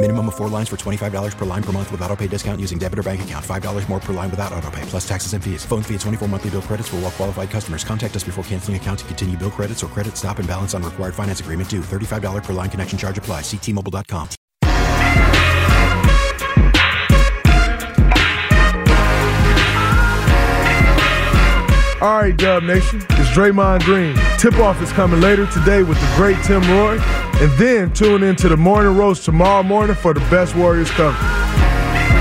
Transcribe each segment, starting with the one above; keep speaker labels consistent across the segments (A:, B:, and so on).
A: Minimum of four lines for $25 per line per month with auto pay discount using debit or bank account. $5 more per line without auto pay, plus taxes and fees. Phone fee at 24 monthly bill credits for all well qualified customers. Contact us before canceling account to continue bill credits or credit stop and balance on required finance agreement due. $35 per line connection charge apply. Ctmobile.com.
B: All right, Dub Nation, it's Draymond Green. Tip off is coming later today with the great Tim Roy. And then tune in to the morning roast tomorrow morning for the best Warriors coverage.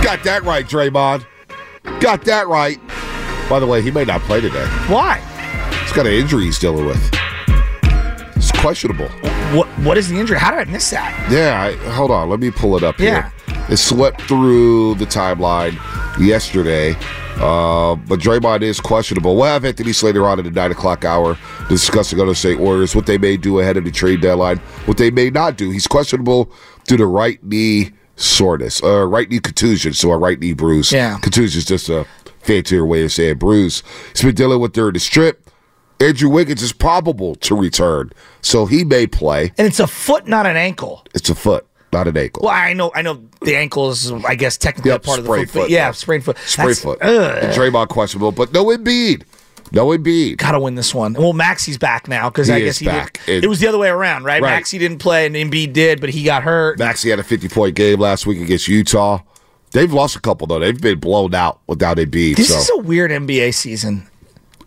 C: Got that right, Draymond. Got that right. By the way, he may not play today.
D: Why?
C: He's got an injury he's dealing with. It's questionable.
D: What What is the injury? How did I miss that?
C: Yeah, I, hold on. Let me pull it up
D: Yeah.
C: here. It swept through the timeline yesterday. Uh, but Draymond is questionable. We'll have Anthony Slater on at the 9 o'clock hour discussing other state Warriors, what they may do ahead of the trade deadline, what they may not do. He's questionable due to right knee soreness, uh, right knee contusion, so a right knee bruise.
D: Yeah.
C: Contusion is just a fancier way of saying bruise. He's been dealing with during the strip. Andrew Wiggins is probable to return, so he may play.
D: And it's a foot, not an ankle.
C: It's a foot, not an ankle.
D: Well, I know, I know the ankle is, I guess, technically
C: Yep,
D: a part of the
C: sprained
D: foot. but
C: foot,
D: yeah,
C: yeah.
D: sprained foot.
C: Spray
D: That's-
C: foot.
D: Ugh.
C: And Draymond questionable, but no Embiid. No Embiid.
D: Gotta win this one. Well, Maxi's back now because
C: He
D: I
C: is
D: guess he
C: back.
D: Did.
C: It-
D: It was the other way around, right?
C: Right.
D: Maxi didn't play and Embiid did, but he got hurt.
C: Maxey had a 50 point game last week against Utah. They've lost a couple, though. They've been blown out without Embiid.
D: This
C: so
D: is a weird NBA season.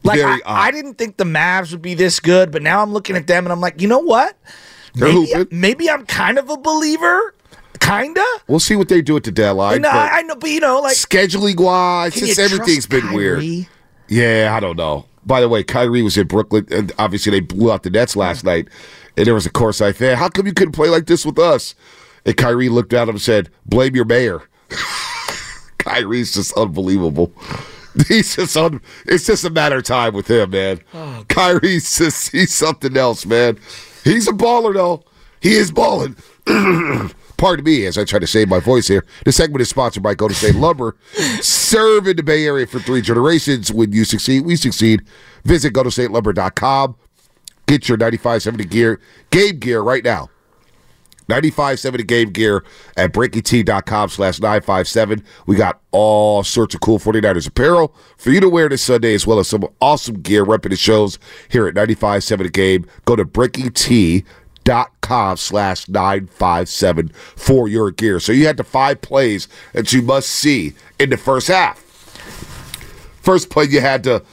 D: Like
C: Very
D: I, I
C: odd.
D: didn't think the Mavs would be this good, but now I'm looking at them and I'm like, you know what?
C: They're
D: maybe,
C: hooping.
D: maybe I'm kind of a believer, kinda.
C: we'll see what they do at the deadline.
D: No,
C: but
D: I, I know, but you know, like
C: scheduling wise,
D: can you
C: just everything's
D: trust
C: been weird.
D: Kyrie?
C: Yeah, I don't know. By the way, Kyrie was in Brooklyn, and obviously they blew out the Nets last night. And there was a course I fan. How come you couldn't play like this with us? And Kyrie looked at him and said, "Blame your mayor." Kyrie's just unbelievable. He's just un- it's just a matter of time with him, man. Kyrie's just he's something else, man. He's a baller though. He is balling. Pardon me as I try to save my voice here. This segment is sponsored by Golden State Lumber. Serve in the Bay Area for three generations. When you succeed, we succeed. Visit GoldenStateLumber.com. Get your 9570 gear, game gear right now. 95.7 game gear at breakingt.com slash 957. We got all sorts of cool 49ers apparel for you to wear this Sunday, as well as some awesome gear repping the shows here at 95.7 the game. Go to breakingt.com slash 957 for your gear. So you had the five plays that you must see in the first half. First play, you had to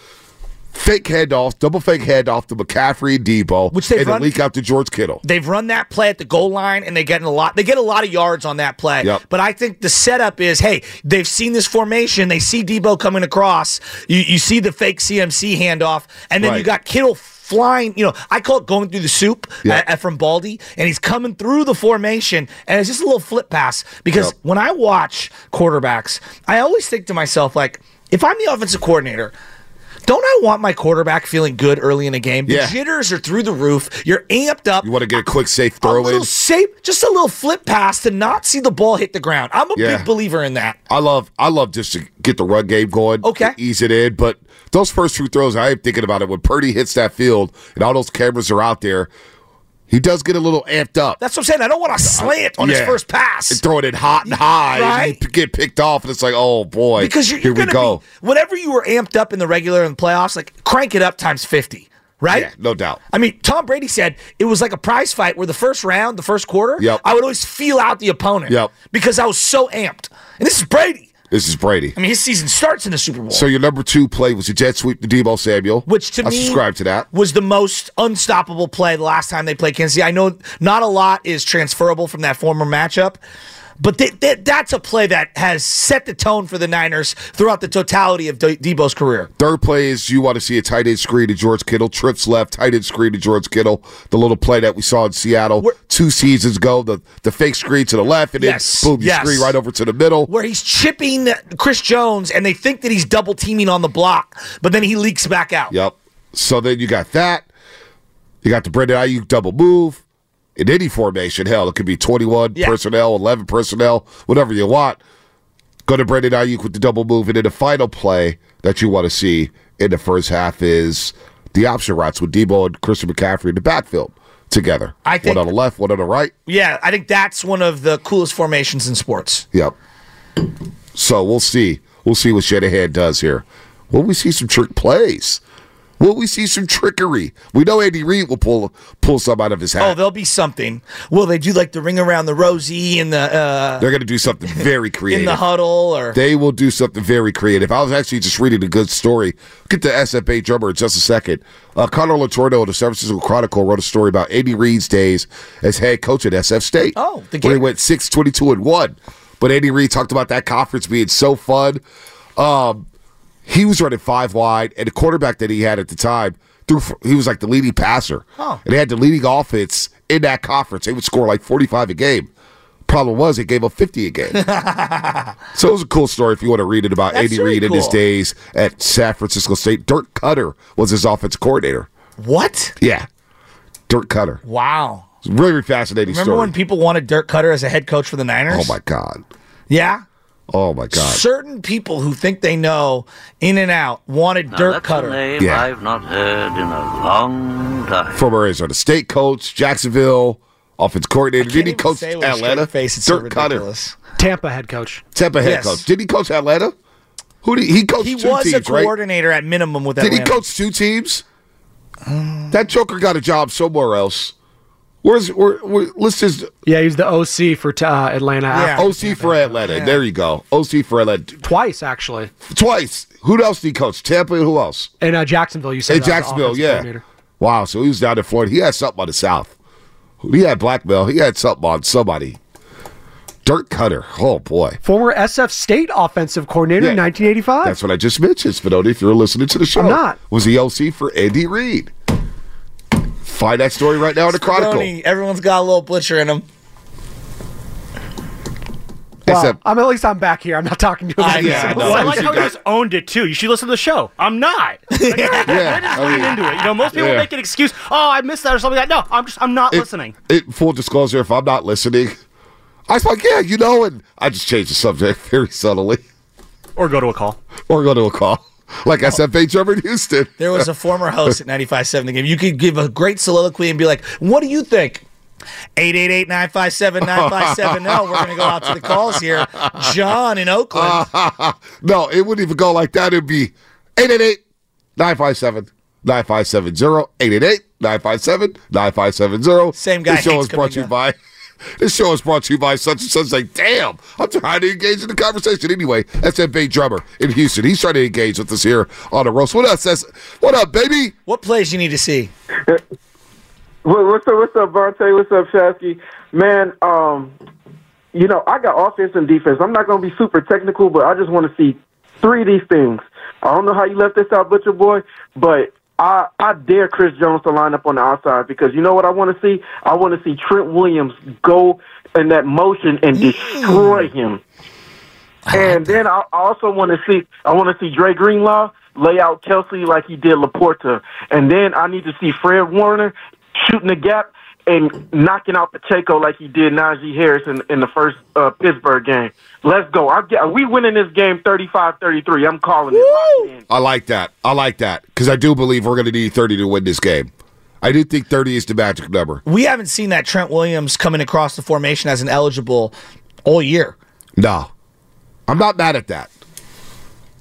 C: fake handoff, double fake handoff to McCaffrey and Debo,
D: Which they've
C: and then
D: run-
C: leak out to George Kittle.
D: They've run that play at the goal line and they get a lot they get a lot of yards on that play.
C: Yep.
D: But I think the setup is hey, they've seen this formation, they see Debo coming across, you, you see the fake CMC handoff, and then you
C: Right.
D: got Kittle flying, you know, I call it going through the soup
C: Yep.
D: uh, uh, from Baldy, and he's coming through the formation, and it's just a little flip pass. Because
C: Yep.
D: when I watch quarterbacks, I always think to myself, like, if I'm the offensive coordinator, don't I want my quarterback feeling good early in a game? The
C: Yeah.
D: jitters are through the roof. You're amped up
C: You want to get a quick safe
D: a
C: throw
D: little
C: in?
D: shape, just a little flip pass to not see the ball hit the ground. I'm a
C: Yeah.
D: big believer in that.
C: I love I love just to get the run game going.
D: Okay.
C: Ease it in. But those first two throws, I am thinking about it. When Purdy hits that field and all those cameras are out there, he does get a little amped up.
D: That's what I'm saying. I don't want to slant on his
C: Yeah.
D: first pass.
C: And throwing it hot and high. And
D: Right.
C: you p- get picked off and it's like, oh boy.
D: because you're,
C: here
D: you're
C: we
D: going
C: go.
D: to be, whenever you were amped up in the regular and playoffs, like crank it up times 50, right?
C: Yeah, no doubt.
D: I mean, Tom Brady said it was like a prize fight where the first round, the first quarter,
C: Yep.
D: I would always feel out the opponent
C: Yep.
D: because I was so amped. And this is Brady.
C: This is Brady.
D: I mean, his season starts in the Super Bowl.
C: So your number two play was a jet sweep to Debo Samuel,
D: which to
C: I
D: me
C: subscribe to that.
D: was the most unstoppable play the last time they played Kansas City. I know not a lot is transferable from that former matchup, but th- th- that's a play that has set the tone for the Niners throughout the totality of De- Debo's career.
C: Third play is you want to see a tight end screen to George Kittle, trips left, tight end screen to George Kittle. The little play that we saw in Seattle
D: Where-
C: two seasons ago, the the fake screen to the left, and
D: Yes,
C: then boom, you
D: yes.
C: screen right over to the middle.
D: Where he's chipping Chris Jones, and they think that he's double teaming on the block, but then he leaks back out.
C: Yep. So then you got that. You got the Brendan Ayuk double move in any formation. Hell, it could be 21
D: Yeah.
C: personnel, 11 personnel, whatever you want. Go to Brendan Ayuk with the double move. And then the final play that you want to see in the first half is the option routes with Debo and Christian McCaffrey in the backfield together.
D: I think-
C: one on the left, one on the right.
D: Yeah, I think that's one of the coolest formations in sports.
C: Yep. So we'll see. We'll see what Shanahan does here. Will we see some trick plays? Will we see some trickery? We know Andy Reid will pull pull some out of his
D: Oh,
C: hat.
D: there'll be something. Will they do like the ring around the rosy in the uh,
C: They're going to do something very creative.
D: in the huddle or
C: They will do something very creative. I was actually just reading a good story. Get the SFA drummer in just a second. Uh, Connor Latorno of the San Francisco Chronicle wrote a story about Andy Reid's days as head coach at SF State.
D: Oh, the
C: where he
D: game.
C: went six twenty two and one. But Andy Reid talked about that conference being so fun. Um, he was running five wide, and the quarterback that he had at the time threw. For, he was like the leading passer,
D: Oh.
C: and they had the leading offense in that conference. They would score like forty five a game. Problem was, they gave up fifty a game. So it was a cool story if you want to read it about
D: That's
C: Andy
D: really
C: Reid in his
D: cool.
C: days at San Francisco State. Dirk Cutter was his offensive coordinator.
D: what?
C: Yeah. Dirk Cutter.
D: Wow.
C: It's a really fascinating
D: Remember
C: story.
D: when people wanted Dirk Cutter as a head coach for the Niners?
C: oh my God.
D: Yeah.
C: Oh my God.
D: Certain people who think they know in and out wanted Dirk Cutter.
C: Yeah.
E: I've not heard in a long time.
C: Former Arizona State coach, Jacksonville, offensive coordinator. Did he
D: even
C: coach
D: say it with a straight
C: Atlanta?
D: Face, it's so
C: Dirk Cutter.
D: ridiculous.
F: Tampa head coach.
C: Tampa head
D: Yes.
C: coach. Did he coach Atlanta? Who did he coach
D: He
C: two
D: was
C: teams,
D: a
C: right?
D: coordinator at minimum with
C: Did
D: Atlanta.
C: he coach two teams? That Joker got a job somewhere else. Where's where, where, let's just
G: Yeah, he was the OC for uh, Atlanta
D: Yeah.
C: OC for Atlanta. There you go. OC for Atlanta.
G: twice, actually.
C: Twice. Who else did he coach? Tampa and who else?
G: In uh, Jacksonville, you said.
C: In
G: that was the
C: Jacksonville,
G: offensive
C: yeah.
G: coordinator.
C: Wow, so he was down in Florida. He had something on the South. He had blackmail. He had something on somebody. Dirt cutter. Oh, boy.
G: Former SF State offensive coordinator in
C: Yeah.
G: 1985.
C: That's what I just mentioned, Spinotti, if you're listening to the show.
G: I'm not.
C: Was the OC for Andy Reid. Find that story right now in the Chronicle.
D: Tony, everyone's got a little butcher in him.
G: Well,
C: Except
G: I'm at least I'm back here. I'm not talking to him.
D: I know,
C: Yeah,
D: I
C: no,
D: know.
H: I
C: you
H: like
C: should
H: how you
C: got-
H: just owned it too. You should listen to the show. I'm not. Like,
C: Yeah,
H: I just
C: I
H: lean
C: mean-
H: into it. You know, most people
C: Yeah.
H: make an excuse. Oh, I missed that or something like that. No, I'm just. I'm not listening.
C: It, full disclosure, if I'm not listening, I was like, yeah, you know, and I just changed the subject very subtly
H: Or go to a call.
C: or go to a call. Like SFA Trevor in Houston.
D: There was a former host at 95.7 The Game. You could give a great soliloquy and be like, what do you think? 888-957-9570. We're going to go out to the calls here. John in Oakland.
C: No, it wouldn't even go like that. It'd be 888 957 9570. 888 957 9570.
D: Same guy
C: This show
D: hates
C: is brought to you
D: Kaminga.
C: by. This show is brought to you by such and such. Like, damn, I'm trying to engage in the conversation anyway. That's that big drummer in Houston. He's trying to engage with us here on the roast. What up, says? What up, baby?
D: What plays you need to see?
I: What- What's up? What's up, Vontae? What's up, Shasky? Man, um, you know I got offense and defense. I'm not going to be super technical, but I just want to see three of these things. I don't know how you left this out, Butcher Boy, but I I dare Chris Jones to line up on the outside because you know what I want to see? I want to see Trent Williams go in that motion and
D: Mm.
I: destroy him. And then I I also want to see I want to see Dre Greenlaw lay out Kelsey like he did Laporta, and then I need to see Fred Warner shooting the gap and knocking out Pacheco like he did Najee Harris in, in the first uh, Pittsburgh game. Let's go! I get, we winning this game 35-33. I'm calling it. Locked in.
C: I like that. I like that because I do believe we're going to need 30 to win this game. I do think 30 is the magic number.
D: We haven't seen that Trent Williams coming across the formation as an eligible all year.
C: No, I'm not mad at that.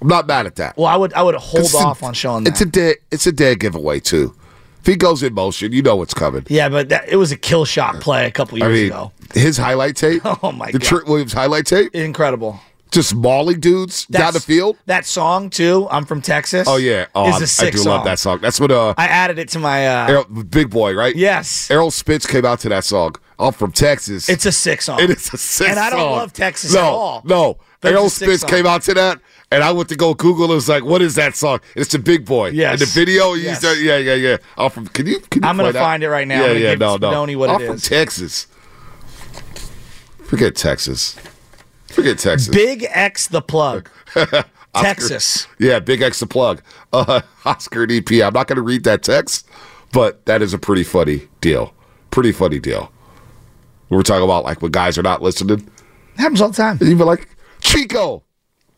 C: I'm not mad at that.
D: Well, I would I would hold
C: It's a-
D: off on showing that.
C: It's a dead. It's a dead giveaway too. If he goes in motion, you know what's coming.
D: yeah, but that, it was a kill shot play a couple
C: I
D: years
C: mean,
D: ago.
C: his highlight tape.
D: Oh, my
C: the
D: God.
C: Trent Williams highlight tape.
D: Incredible.
C: Just mauling dudes down the
D: That's-
C: field.
D: That song too. I'm from Texas.
C: Oh yeah, oh,
D: is
C: I-
D: a
C: I
D: sick
C: do
D: song.
C: love that song. That's what uh,
D: I added it to my. Uh,
C: Errol, Big Boy, right?
D: Yes.
C: Errol Spitz came out to that song. I'm from Texas.
D: It's a sick song.
C: It is a sick
D: And I don't
C: song.
D: love Texas
C: no,
D: at all.
C: No,
D: But it's
C: Errol
D: a sick
C: Spitz
D: song.
C: came out to that, and I went to go Google. It was like, what is that song? It's the Big Boy. Yeah.
D: Yes.
C: And the video, he's
D: Yes.
C: uh, yeah, yeah, yeah. I'm from. Can you? Can you
D: I'm gonna
C: play that?
D: find it right now. I'm
C: Yeah,
D: gonna
C: yeah,
D: give
C: no, no.
D: Stoney what
C: I'm
D: it
C: from
D: is.
C: Texas. Forget Texas. Forget Texas.
D: Big X the plug.
C: Oscar-
D: Texas.
C: Yeah, big X the plug. Uh, Oscar and EP. I'm not going to read that text, but that is a pretty funny deal. Pretty funny deal. We were talking about like when guys are not listening.
D: Happens all the time.
C: You were like, Chico,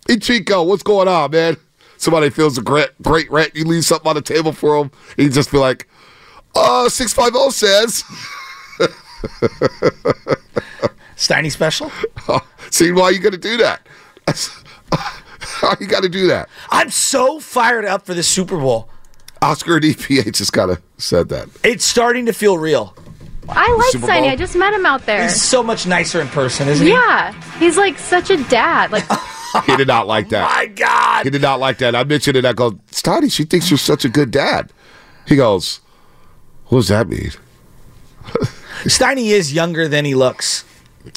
C: hey Chico, what's going on, man? Somebody feels a great, great rant. You leave something on the table for him. He just be like, uh, 650 says.
D: Steiny special?
C: See, why you going to do that? you got to do that.
D: I'm so fired up for the Super Bowl.
C: Oscar and EPH just kind of said that.
D: It's starting to feel real.
J: I like
D: Super
J: Sonny.
D: Bowl.
J: I just met him out there.
D: He's so much nicer in person, isn't Oh
J: yeah, he's like such a dad. Like
C: He did not like that.
D: My God.
C: He did not like that. I mentioned it. I go, Stoney, she thinks you're such a good dad. He goes, What does that mean?
D: he? Steiny is younger than he looks.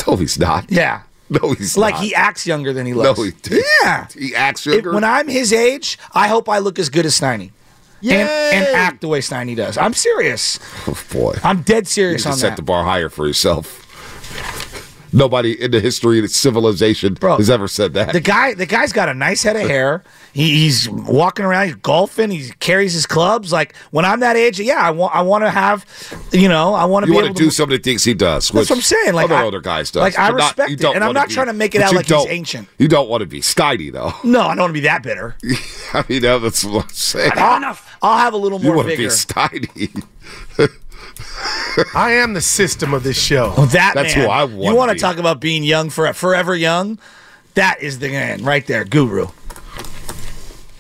C: No, he's not.
D: Yeah.
C: No, he's
D: like
C: not.
D: he acts younger than he
C: No,
D: looks.
C: he didn't.
D: Yeah.
C: He acts
D: It-
C: younger.
D: when I'm his age, I hope I look as good as Steiny. And, and act the way Steiny does. I'm serious.
C: Oh, boy.
D: I'm dead
C: You
D: serious
C: just
D: on
C: set
D: that.
C: the bar higher for yourself. Nobody in the history of civilization has ever said that.
D: The guy, the guy's got a nice head of hair. He, he's walking around. He's golfing. He carries his clubs. Like when I'm that age, yeah, I want, I want to have, you know, I want to
C: you
D: be
C: want to
D: able
C: do
D: to.
C: some of the things he does.
D: That's what I'm saying, like,
C: other
D: I-
C: older guys does.
D: like, I
C: But
D: respect
C: you
D: it,
C: don't
D: and I'm
C: wanna
D: not trying to make it
C: but
D: out
C: you
D: like he's
C: don't-
D: ancient.
C: You don't want to be Steiny though.
D: no, I don't want to be that bitter.
C: I mean, that- that's what I'm saying.
D: I'll, I'll have a little
C: You
D: more
C: want to be
D: vigor.
C: Steiny.
K: I am the system of this show.
D: Well, Oh, that
K: Oh, That's
D: man,
K: who I
D: You
K: wanna
D: want to
K: be.
D: talk about being young for forever young? That is the man right there, guru.
C: All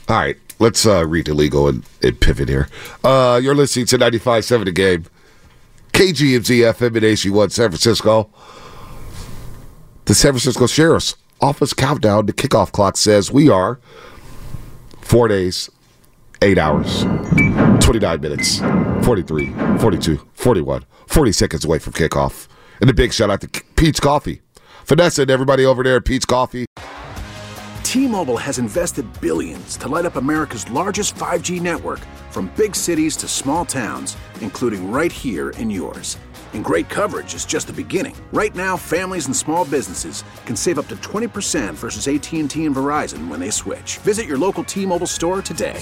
C: right, let's uh, read illegal and, and pivot here. Uh, you're listening to 95.7 The Game, KGMZ FM and AC1 San Francisco. The San Francisco Sheriff's Office countdown to kickoff clock says we are four days, eight hours, 29 minutes, 43, 42, 41, 40 seconds away from kickoff. And a big shout out to K- Pete's Coffee. Vanessa and everybody over there at Pete's Coffee.
L: T-Mobile has invested billions to light up America's largest 5G network from big cities to small towns, including right here in yours. And great coverage is just the beginning. Right now, families and small businesses can save up to 20% versus AT&T and Verizon when they switch. Visit your local T-Mobile store today.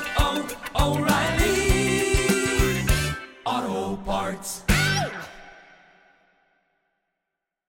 M: Auto Parts.